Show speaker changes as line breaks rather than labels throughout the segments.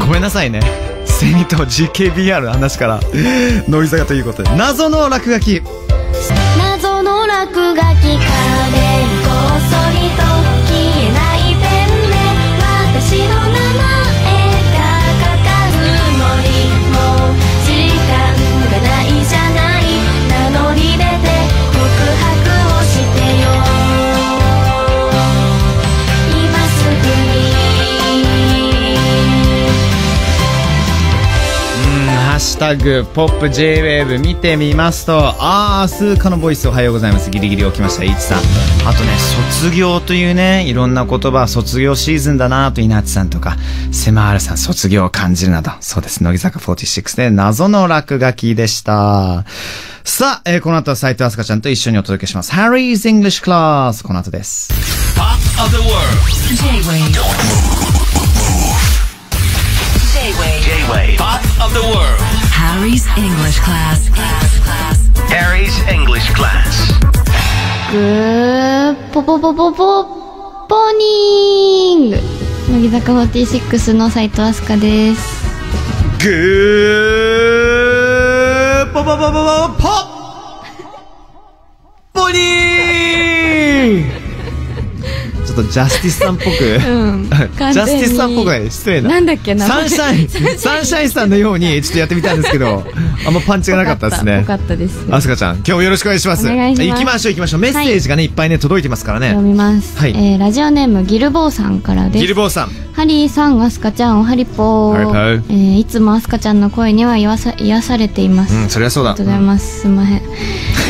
ごめんなさいねセミと GKBR の話から乃木坂ということで謎の落書き
謎の落書きカーネンこっそりと消えないペンで私の名前が書かるのにもう時間がないじゃない名乗り出て告白をしてよ今すぐに
うんハッシュタグポップ JWAVE 見てみますとあースーカのボイスおはようございますギリギリ起きましたイチさんあとね卒業というねいろんな言葉卒業シーズンだなと稲地さんとかセマールさん卒業を感じるなどそうです乃木坂46で謎の落書きでしたさあ、えーこの後は斉藤飛鳥ちゃんと一緒にお届けします。Harry's English Class! この後です。
Pop of the world.
J-Wave. J-Wave.
J-Wave. Pop of the world.
Harry's English class. class, class.
Harry's English class.
グーポポポポポポニーング乃木坂46の斉藤飛鳥です
グーポポポポポポッポニーちょっとジャスティスさんっぽく、
うん
ジャ
完全に
スティスさんっぽくない失礼な
なんだっけ名
サ
前
ンシャインサンシャインさんのようにちょっとやってみたんですけどあんまパンチがなかったですね
よかったです
あすかちゃん今日もよろしくお願いします
お願いしま
行
す
きましょう行きましょうメッセージがね、い、っぱいね届いてますから
読
ね
みます、
はい
えーラジオネームギルボーさんからで
ギル
す
ボーさん
ハリーさんアスカちゃんおはりぽー
ハリポ
えーいつもアスカちゃんの声には癒さ癒されています、
うんそりゃそうだ
ありがとうございますすんま へん、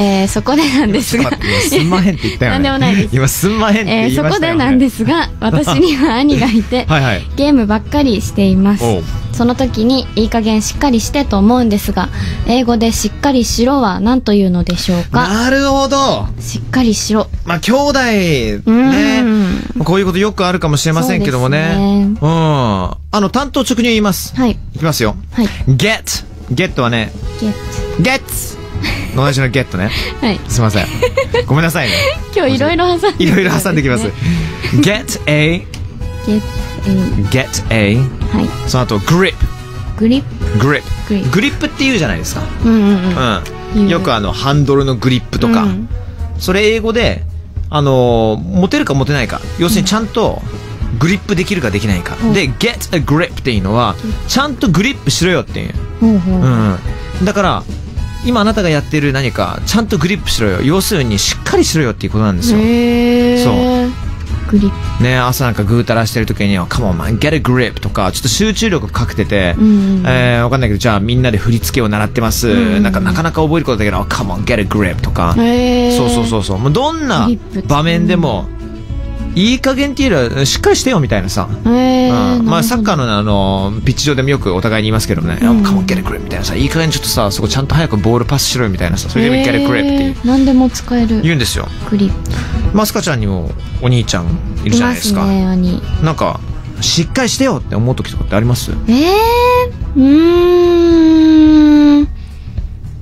えーそこでなんですが
待って今すんまへん って言ったよね
なんでもないです
今すんまへんって
え
言
ー
い
そ
ま
こ
した
で
よ、ね
なんです が私には兄がいて
はいはい
ゲームばっかりしています
おう
その時にいい加減しっかりしてと思うんですが英語でしっかりしろは何というのでしょうか
なるほど
しっかりしろ
まあ兄弟
うん
ねこういうことよくあるかもしれませんけどもね
そう
うんあの担当直入言います、
はい
い、きますよ
はい
Get Get はね
ゲッ
Get 同じの Get ね
トはい
すいませんごめんなさいね
今日いろいろ挟んで
いろいろ挟んできます
ね
Get a
ゲット、え
Get a
ーはい
その後 Grip
グリッ
Grip
プグリップ
グリップって言うじゃないですか
うんうんうん
うん、
言う
よくあのハンドルのグリップとか、
うん
それ英語で、あのー持てるか持てないか要するにちゃんとグリップできるかできないか、
うん
で get a grip っていうのはちゃんとグリップしろよっていう、
ほうほう、
うん、だから今あなたがやってる何かちゃんとグリップしろよ要するにしっかりしろよっていうことなんですよ、
へえ
そう
グリッ
ね、朝なんかぐうたらしてる時には「Come on man get a grip」とかちょっと集中力かけてて、
うんうん
えーわかんないけどじゃあみんなで振り付けを習ってます、
んうん
なんかなかなか覚えることだけど「Come on get a grip」とか、
プへえ
そうそうそうそうもうどんな
リップ
場面でもいい加減っていうよりはしっかりしてよみたいなさ、
うへえ
うんまあ、サッカー
ー
のねあのピッチ上でもよくお互いに言いますけどね「
うん
Come on get a grip」みたいなさいい加減ちょっとさそこちゃんと早くボールパスしろよみたいなさそれで「get a grip」って言う
何でも使える
言うんですよ
グリップ
マスカちゃんにもお兄ちゃんいる
い
じゃな
ま
いです
す
か
ね兄
なんか、しっかりしてよって思う時とかってあります
えー、うーん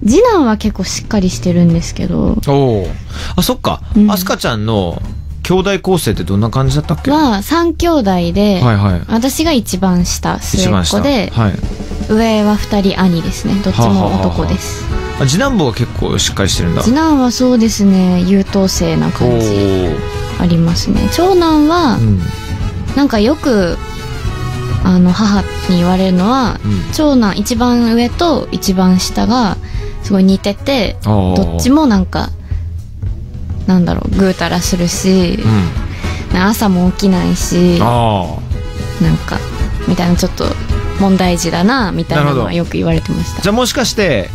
次男は結構しっかりしてるんですけど
おお。あ、そっか。
うん
アスカちゃんの兄弟構成ってどんな感じだったっけは
は3兄弟で、
いはい。
私が一番下末
一
っ
番
子
下。
で、
はい。
上は2人兄ですねどっちも男です、
あ次男坊は結構しっかりしてるんだ。
次男はそうですね優等生な
おお
感じありますね長男は、
うん。
なんかよくあの母に言われるのは、
うん
長男一番上と一番下がすごい似てて
ああ。
どっち
も。
もなんかなんだろうぐうたらするし、
うん。
朝も起きないしな
あ
んかみたいなちょっと問題児だなみたいなの
なるほ
は
ど
よく言われてまし
あ。
た
じゃあもしかして、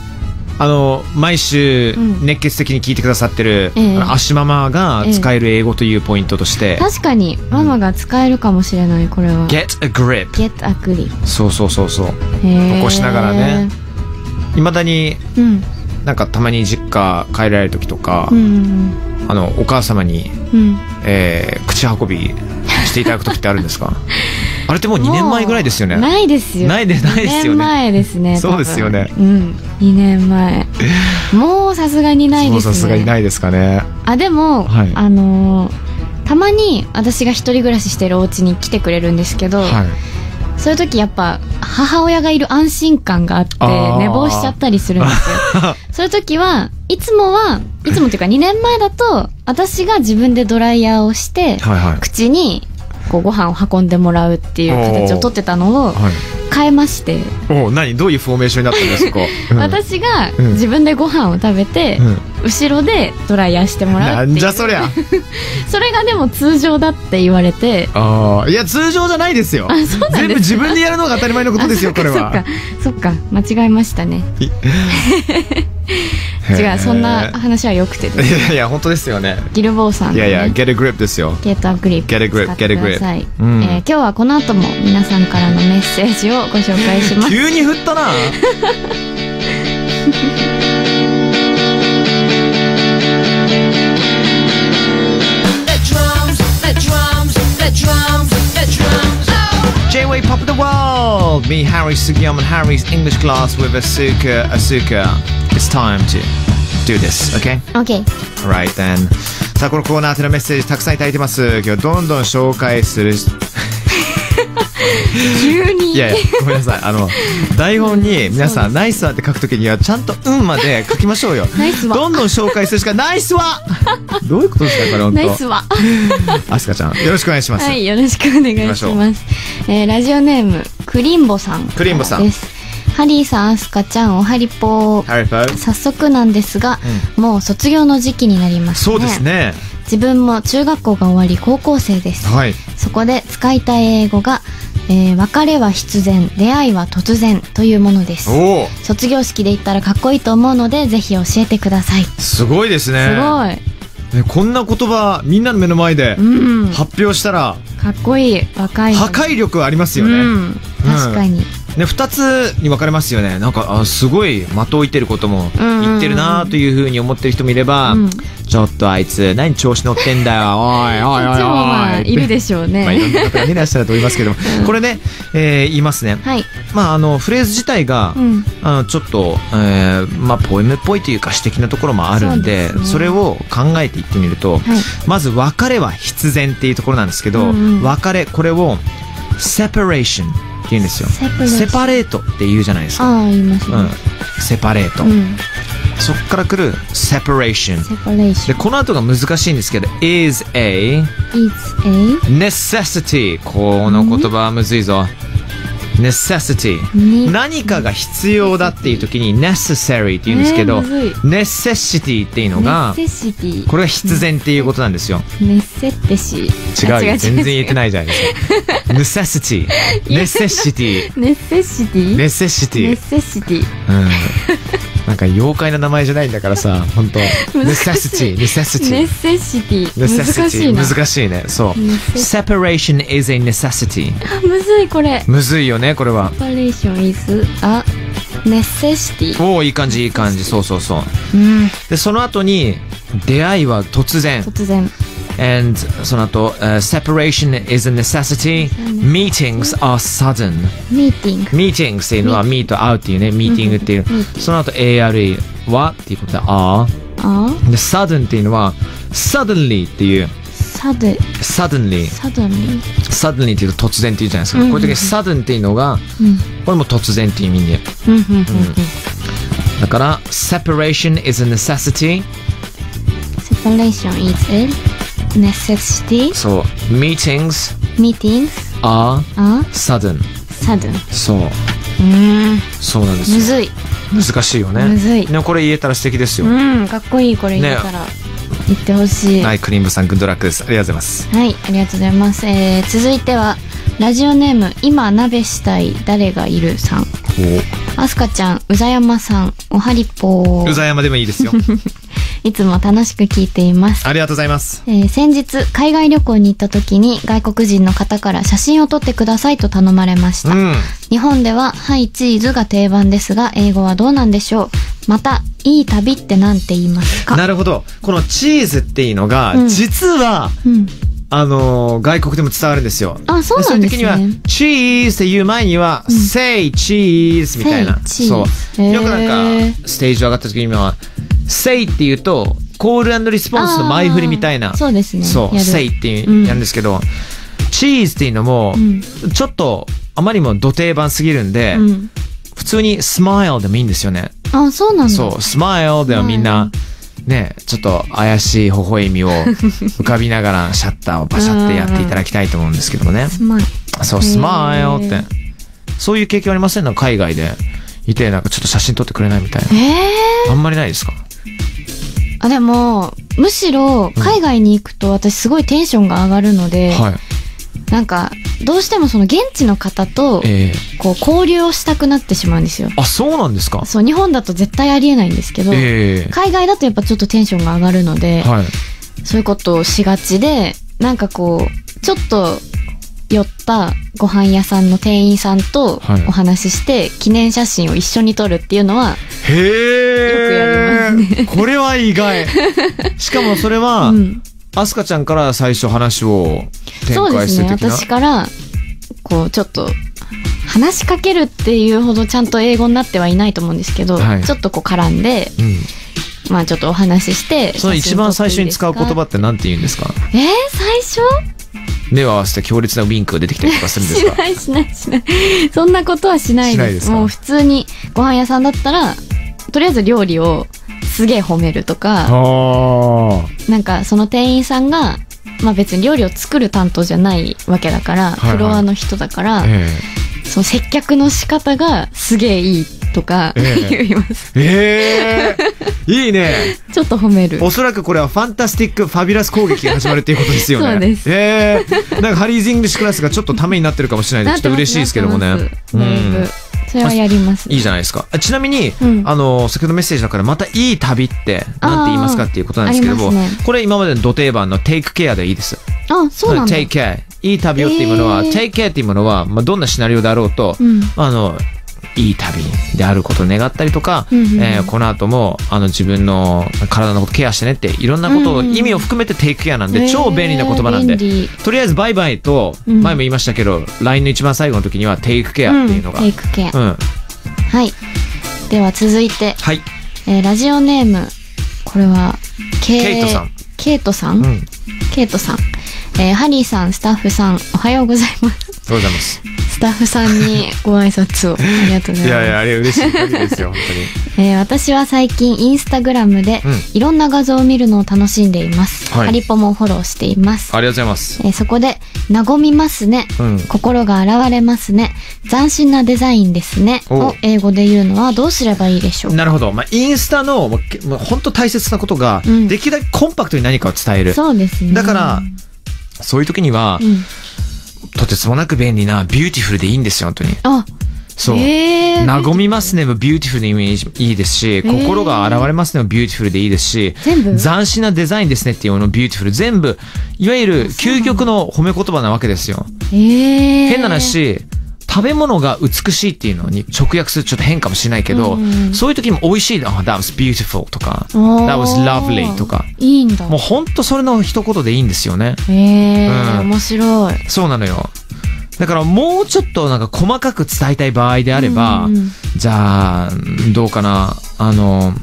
あの、毎週
うん
熱血的に聞いてくださってる、
ええ
あの足ママが使える英語というポイントとして、
確かにママが使えるかもしれないこれは
get a grip。
Get a grip
そうそうそうそう。
へー
起こしながらねいまだに
うん
なんかたまに実家帰られる時とか、
うん
あのお母様に、
うん
えー口運びしていただく時ってあるんです かあれってもう2年前ぐらいですよね
ないですよ
ないでないですよね
2年前ですね
そうですよね
多分うん2年前もうさすがにないですね
そうさすがにないですかね
あでも、
はい
あのーたまに私が一人暮らししてるお家に来てくれるんですけど、
はい
そういう時やっぱ母親がいる安心感があって
あー
寝坊しちゃったりするんですよ そういう時はいつもはいつもっていうか2年前だと私が自分でドライヤーをして
はいはい
口にこうご飯を運んでもらうっていう形をとってたのを
はい
変えまして、
おお何どういうフォーメーションになったんですか
私が
うん
自分でご飯を食べて、
うん
後ろでドライヤーしてもら
な
うってい
ん
う
じゃそりゃ
それがでも通常だって言われて
ああいや通常じゃないですよ
そうなんですか
全部自分でやるのが当たり前のことですよ
あ
これは
そっかそっか間違えましたね
へ
違
ー
うそんな話はよくてです
い
ね
やいや本当ですよね
ギルボーさんの、
い
ね、
やいや get a grip ですよ
ゲートアグリップ
Get a grip,
使ってください、
get a grip うん
えー今日はこの後も皆さんからのメッセージをご紹介します
急に振ったな J-Way Pop the World! Me, Harry Sugiyama, and Harry's English class with Asuka. Asuka, it's time to do this, okay?
OK
Right then. さあ、このコーナー宛てのメッセージたくさんいただいてます。今日どんどん紹介するし。
急に
いやいや、ごめんなさい。あの、台本に皆さん、ナイスはって書くときには、ちゃんとうんまで書きましょうよ。
ナイスは
どんどん紹介するしか、ナイス はどういうことですか、これ、本当
ナイスは
アスカちゃん、よろしくお願いします。
はい、よろしくお願いします。
行きま
えーラジオネーム、クリンボさん。
クリンボさん
です。ハリーさん、アスカちゃん、おはりぽー。
ハリーポー
早速なんですが、もう卒業の時期になります
そ
ね。
うです。ね。
自分も中学校が終わり、高校生です。
はい。
そこで使いたい英語が、えー別れは必然、出会いは突然というものです。
おお、
卒業式で言ったらかっこいいと思うので、ぜひ教えてください。
すごいですね。
すごい。
ねこんな言葉、みんなの目の前で
うん。
発表したら、
かっこいい。若いのに。
破壊力ありますよ
う
ね。
ん。確かに。
ね、二つに分かれますよね。なんか、あすごい的を置いてることも
うんうんうん
言ってるなというふうに思ってる人もいれば、
うん
ちょっとあいつ、何調子乗ってん だよ、おいおいおいおい
一応まあいるでしょうね
まあ、いろんな方がねいらっしゃると思いますけど も、これね、えー言いますね。
はい。
まあ、あの、フレーズ自体が、
うん
あのちょっと、えーまあ、ポエムっぽいというか、詩的なところもあるんで、
そ
そう
ですね
れを考えていってみると、
はい
まず、別れは必然っていうところなんですけど、
うんうん
別れ、これを、separation って言うんですよ。
Separation
セパレートって言うじゃないですか。
ああ、言いますね。
うん。セパレート。
うん。
そっから来る separation。
セパレーシ
で、
ョン。
この後が難しいんですけど、is a
is a
necessity この言葉はむずいぞ necessity
ね
何かが必要だっていう時に necessary って言うんですけど、
ねむずい
necessity っていうのが
ネッセシティ。
これが必然っていうことなんですよ
ネッセテシ。
違う
あ
よ全然言えてないじゃないですか necessity necessity
ネッセシティ。ネッ
necessity
セシティ。
うんなんか妖怪の名前じゃないんだからさ本当 necessity
ネッ
necessity
セシティ。難し
necessity
いな。
難しいねそう separation is a necessity
あむずいこれ。セ
むずいよねこれは
パレーション is a ネッセシティ。
おおいい感じいい感じそうそうそう
うん。
でその後に出会いは突然
突然。
and その後、uh, separation is a necessity meetings are sudden
ミーティング。
meetings っていうのは meet と会うっていうね meeting っていうその後 ARE はっていうことで are
あ
で sudden っていうのは suddenly っていう
サド、
suddenly
サドに。
suddenly っていうと突然っていうじゃないですか、こういう時に sudden っていうのが、これも突然っていう意味で
うんうんうん。
だから separation is a necessity
セパレーション is a ネッセシティ。
そう meetings
ミーティング。
are
あ
sudden
サド。
そう
うん。
そうなんで
む
すよ
ずい。
難しいよね
むずい
でもこれ言えたら素敵ですよ、
うん、かっこいいこれ言えたら、言ってほしい、
は
はい
いクリームさんグッドラックですありがとうございます
ありがとうございます、えー続いてはラジオネーム今鍋したい誰がいるさんあすかちゃんうざやまさんおはりぽ
う
ー
ざやまでもいいです よ
いつも楽しく聞いています
ありがとうございます
えー先日海外旅行に行った時に外国人の方から写真を撮ってくださいと頼まれまし
う
た、
ん
日本では「はいチーズ」が定番ですが英語はどうなんでしょうまた「いい旅」って何て言いますか
なるほどこのチーズっていうのが、
うん
実は
うん、
あのー外国でも伝わるんですよ
あそうなんですね
そういう時にはチーズって言う前には、say cheese みたいな
say cheese
そう
へー
よくなんかステージ上がった時には say って言うとコールリスポンスの前振りみたい
あ
な
ーそうですね
そう、
やる
セイっていう、
うん
やるんですけど、チーズっていうのも、
うん
ちょっとあまりにも土定番すぎるんで、
うん。
普通にスマイルでもいいんですよね。
あ、そうなんだ。
そう、スマイルではみんな、ね、ちょっと怪しい微笑 みを浮かびながらシャッターをバシャってやっていただきたいと思うんですけどもね。
スマイル。
そう、
へー
スマイルって。そういう経験ありませんなんか海外でいて、なんかちょっと写真撮ってくれないみたいな。
え
あんまりないですか
ー、あ、でも、むしろ、海外に行くと私すごいテンションが上がるので、
はい。
なんか、どうしてもその現地の方と、
ええ
こう、交流をしたくなってしまうんですよ。
あ、そうなんですか
そう、日本だと絶対ありえないんですけど、
ええ
海外だとやっぱちょっとテンションが上がるので、
はい。
そういうことをしがちで、なんかこう、ちょっと寄ったご飯屋さんの店員さんと
はい
お話しして、記念写真を一緒に撮るっていうのは、
へえ。これは意 外。しかもそれは、
うん、
アスカちゃんから最初話を展
そうで
開し
す
て
ね。
的な。
私から、こう、ちょっと、話しかけるっていうほどちゃんと英語になってはいないと思うんですけど、
はい
ちょっとこう絡んで、
うん。
まあちょっとお話しして、
その一番最初に使う言葉
写
って何て言うんですか
真撮っていいですかえー、最初
目を合わせて強烈なウィンクが出てきたりとかするんです
し
か
ないしないしないそんなことはしないです
しないですか
もう普通にご飯屋さんだったらとりあえず料理をすげえ褒めるとか
あ
なんかその店員さんが、まあ、別に料理を作る担当じゃないわけだから、
はい
フロアの人だから、
あ。え
その接客の仕方がすげえいいとか、
ええ
言います
え。ええ。 いいね。
ちょっと褒める
おそらくこれはファンタスティック・ファビュラス攻撃が始まるっていうことですよね。
そうです
ええなんかハリーズ・イングリッシュクラスがちょっとためになってるかもしれない
な
で、
っ
ちょっと
てま
嬉
す
しいですけどもね
なって。ます
う
だいぶ
ん。
それはやります
いいじゃないですか。あちなみに、
うん
あの、先ほどメッセージだから、またいい旅って、なんて言いますかっていうことなんですけども、
あーありますね
これ今までの土定番のテイクケアでいいです。
あそうなんだ
take care。いい旅をっていうものは、
えー
take care っていうものは、まあ、どんなシナリオであろうと、
うん
あの、いい旅であることを願ったりとか、
うんうんうん
えーこの後も、あの、自分の体のことケアしてねって、いろんなことを、
うんうん
意味を含めて take care なんで、
えー
超便利な言葉なんで、
便利
とりあえずバイバイと、
うん
前も言いましたけど、LINE の一番最後の時には take care っていうのが、
ん、テイクケア、
うん。
はいでは続いて
はい。
えーラジオネームこれはケ
ケイトさん
ケイトさん、
うん。ありが
ケイトさん、えーハリーさんスタッフさんおはようございます
とうございます。
スタッフさんにご挨拶をありがとうございます
あれ嬉しい限りですよ、本
えー私は最近インスタグラムで
うん
いろんな画像を見るのを楽しんでいます、
はい
ハリポもフォローしています
ありがとうございます。
えーそこで、和みますね、
うん
心が現れますね。斬新なデザインですね。
お
を英語で言うのはどうすればいいでしょうか
なるほど。まあ、インスタの、もうけもう本当大切なことが、
うん
できるだけコンパクトに何かを伝える。
そうですね。
だから、そういう時には、
うん、
とてつもなく便利な、ビューティフルでいいんですよ、本当に。
あ、
そう。
えー
和みますねもビューティフルでいいですし、
ー
心が現れますねもビューティフルでいいですし、
全部
斬新なデザインですねっていうものビューティフル、全部、いわゆる究極の褒め言葉なわけですよ。
えー、
変な話、食べ物が美しいっていうのに直訳するとちょっと変かもしれないけど、
うん
そういう時も美味しい、あ、that was beautiful とか、that
おー
was lovely とか、
いいんだ
もうほんとそれの一言でいいんですよね。
えー
うん
面白い
そうなのよ。だからもうちょっとなんか細かく伝えたい場合であれば、
うんうん
じゃあ、どうかな、あの、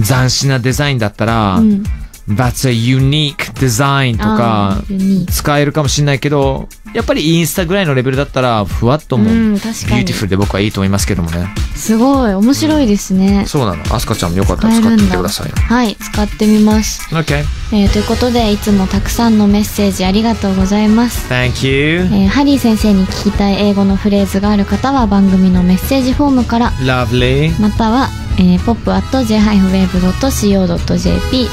斬新なデザインだったら、
うん
That's a unique design と
あ
か、
ーユニーク
使えるかもしれないけど、やっぱりインスタぐらいのレベルだったら、ふわっともう、
うん
ビュ
確かに
ーティフルで僕はいいと思いますけども ね。
すごい面白いですね、
そうなの。アスカちゃんもよかったら
使え
使っ
る
てみ
ん
て
だ
くださいよ。
はい使ってみます、
Okay.
えーということでいつもたくさんのメッセージありがとうございます、
Thank you.
えーハリー先生に聞きたい英語のフレーズがある方は番組のメッセージフォームから
Lovely.
または、えー、pop.j-wave.co.jp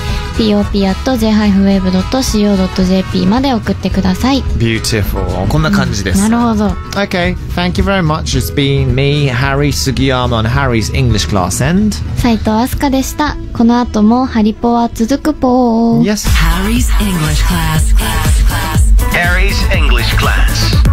pop.j-wave.co.jp まで送ってください
Beautiful. こんな感じです。
なるほど
Okay, thank you very much. It's been me, Harry Sugiyama, on Harry's English class, and
斉藤飛鳥でしたこの後もハリポは続くぽー
yes.
Harry's English class. class, class.
Harry's English class.